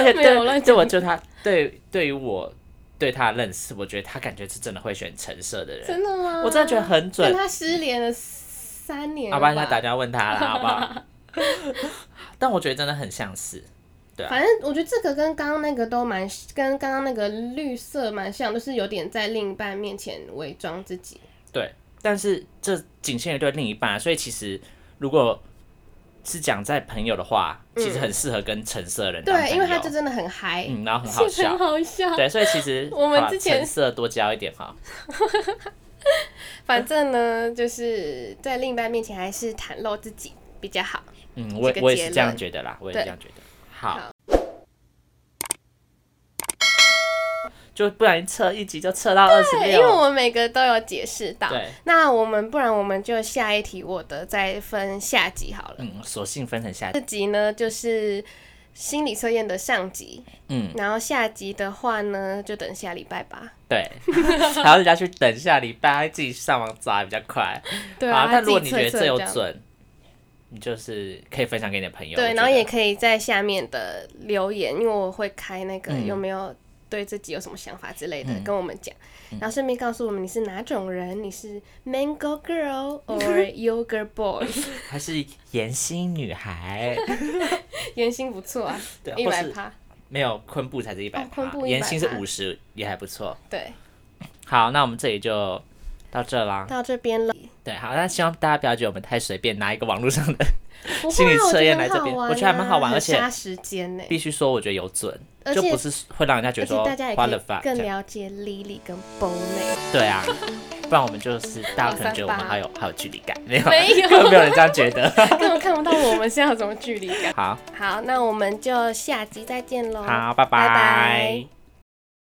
[SPEAKER 1] 且
[SPEAKER 2] 没有我
[SPEAKER 1] 对
[SPEAKER 2] 乱
[SPEAKER 1] 对
[SPEAKER 2] 讲
[SPEAKER 1] 我就他对对于我对他的认识，我觉得他感觉是真的会选橙色的人，
[SPEAKER 2] 真的吗？
[SPEAKER 1] 我真的觉得很
[SPEAKER 2] 但
[SPEAKER 1] 准。
[SPEAKER 2] 他失联了三年了
[SPEAKER 1] 要啊不
[SPEAKER 2] 吧，
[SPEAKER 1] 然他打电话问他了，好不
[SPEAKER 2] (laughs)
[SPEAKER 1] 好？但我觉得真的很相似，
[SPEAKER 2] 反正我觉得这个跟刚刚那个都蛮，跟刚刚那个绿色蛮像，就是有点在另一半面前伪装自己。
[SPEAKER 1] 对。但是这仅限于对另一半啊、所以其实如果是讲在朋友的话，其实很适合跟橙色的人当朋
[SPEAKER 2] 嗯对，
[SPEAKER 1] 友，
[SPEAKER 2] 因为他就真的很嗨、
[SPEAKER 1] 嗯，然后很
[SPEAKER 2] 是
[SPEAKER 1] 好
[SPEAKER 2] 不是 (laughs) 很，
[SPEAKER 1] 笑
[SPEAKER 2] 好笑。
[SPEAKER 1] 对，所以其实
[SPEAKER 2] (laughs) 我们
[SPEAKER 1] 好啦
[SPEAKER 2] 之前
[SPEAKER 1] 成色多交一点哈，
[SPEAKER 2] 反正呢，就是在另一半面前还是袒露自己比较好。
[SPEAKER 1] 嗯，我
[SPEAKER 2] 这个
[SPEAKER 1] 我也
[SPEAKER 2] 结
[SPEAKER 1] 是这样
[SPEAKER 2] 论
[SPEAKER 1] 觉得啦，我也是
[SPEAKER 2] 对
[SPEAKER 1] 这样觉得。好，
[SPEAKER 2] 好
[SPEAKER 1] 就不然测一集就测到二十
[SPEAKER 2] 对，因为
[SPEAKER 1] 六，
[SPEAKER 2] 我们每个都有解释到。
[SPEAKER 1] 对，
[SPEAKER 2] 那我们不然我们就下一题，我的再分下集好了。
[SPEAKER 1] 嗯，索性分成下集，
[SPEAKER 2] 这集呢就是心理测验的上集，
[SPEAKER 1] 嗯，
[SPEAKER 2] 然后下集的话呢，就等下礼拜吧。
[SPEAKER 1] (laughs) 对，还要人家去等下礼拜自己上网找还比较快。
[SPEAKER 2] 对
[SPEAKER 1] 好
[SPEAKER 2] 啊，，
[SPEAKER 1] 但如果
[SPEAKER 2] 自
[SPEAKER 1] 你
[SPEAKER 2] 己
[SPEAKER 1] 觉得
[SPEAKER 2] 测
[SPEAKER 1] 这
[SPEAKER 2] 一测
[SPEAKER 1] 有
[SPEAKER 2] 样
[SPEAKER 1] 准，你就是可以分享给你的朋友。我
[SPEAKER 2] 对，
[SPEAKER 1] 觉
[SPEAKER 2] 然后
[SPEAKER 1] 得
[SPEAKER 2] 也可以在下面的留言，因为我会开那
[SPEAKER 1] 嗯
[SPEAKER 2] 个有没有对自己有什么想法之类的，跟我们讲，
[SPEAKER 1] 嗯
[SPEAKER 2] 然后顺便告诉我们你是哪种人，你是 mango
[SPEAKER 1] (laughs)
[SPEAKER 2] girl or yogurt boy，
[SPEAKER 1] 还是言心女 (laughs) 孩，
[SPEAKER 2] 言心不错啊，
[SPEAKER 1] 对，
[SPEAKER 2] 一
[SPEAKER 1] 或
[SPEAKER 2] 百
[SPEAKER 1] 是
[SPEAKER 2] 趴，
[SPEAKER 1] 没有昆布才是一百
[SPEAKER 2] 哦昆
[SPEAKER 1] 趴
[SPEAKER 2] 布，
[SPEAKER 1] 言
[SPEAKER 2] 100
[SPEAKER 1] 心是
[SPEAKER 2] 趴
[SPEAKER 1] 五十也还不错。
[SPEAKER 2] 对，
[SPEAKER 1] 好，那我们这里就到这啦。
[SPEAKER 2] 到这边了，
[SPEAKER 1] 对，好，那希望大家不要觉得我们太随便，拿一个网络上的，
[SPEAKER 2] 不会啊
[SPEAKER 1] 心理测验来
[SPEAKER 2] 我
[SPEAKER 1] 这
[SPEAKER 2] 觉得
[SPEAKER 1] 边
[SPEAKER 2] 很好玩啊
[SPEAKER 1] 我觉得还蛮好玩
[SPEAKER 2] 很
[SPEAKER 1] 而且
[SPEAKER 2] 杀时间呢，
[SPEAKER 1] 必须说我觉得有准，
[SPEAKER 2] 而
[SPEAKER 1] 就
[SPEAKER 2] 且
[SPEAKER 1] 不是会让人家觉
[SPEAKER 2] 而
[SPEAKER 1] 得
[SPEAKER 2] 且
[SPEAKER 1] 说
[SPEAKER 2] 大家也
[SPEAKER 1] what
[SPEAKER 2] 可
[SPEAKER 1] the
[SPEAKER 2] 以
[SPEAKER 1] fuck
[SPEAKER 2] 更
[SPEAKER 1] 这样
[SPEAKER 2] 了解 Lily 跟
[SPEAKER 1] (laughs)
[SPEAKER 2] Bonnie，
[SPEAKER 1] 对啊，不然我们就是大家可能觉得我们
[SPEAKER 2] 138
[SPEAKER 1] 还有还有距离感，没有
[SPEAKER 2] 没有
[SPEAKER 1] (laughs) 没有人这样觉得。
[SPEAKER 2] (laughs) 根本看不到我们现在有什么距离感。
[SPEAKER 1] 好，
[SPEAKER 2] 好，那我们就下集再见喽，
[SPEAKER 1] 好，
[SPEAKER 2] 拜
[SPEAKER 1] 拜
[SPEAKER 2] 拜
[SPEAKER 1] 拜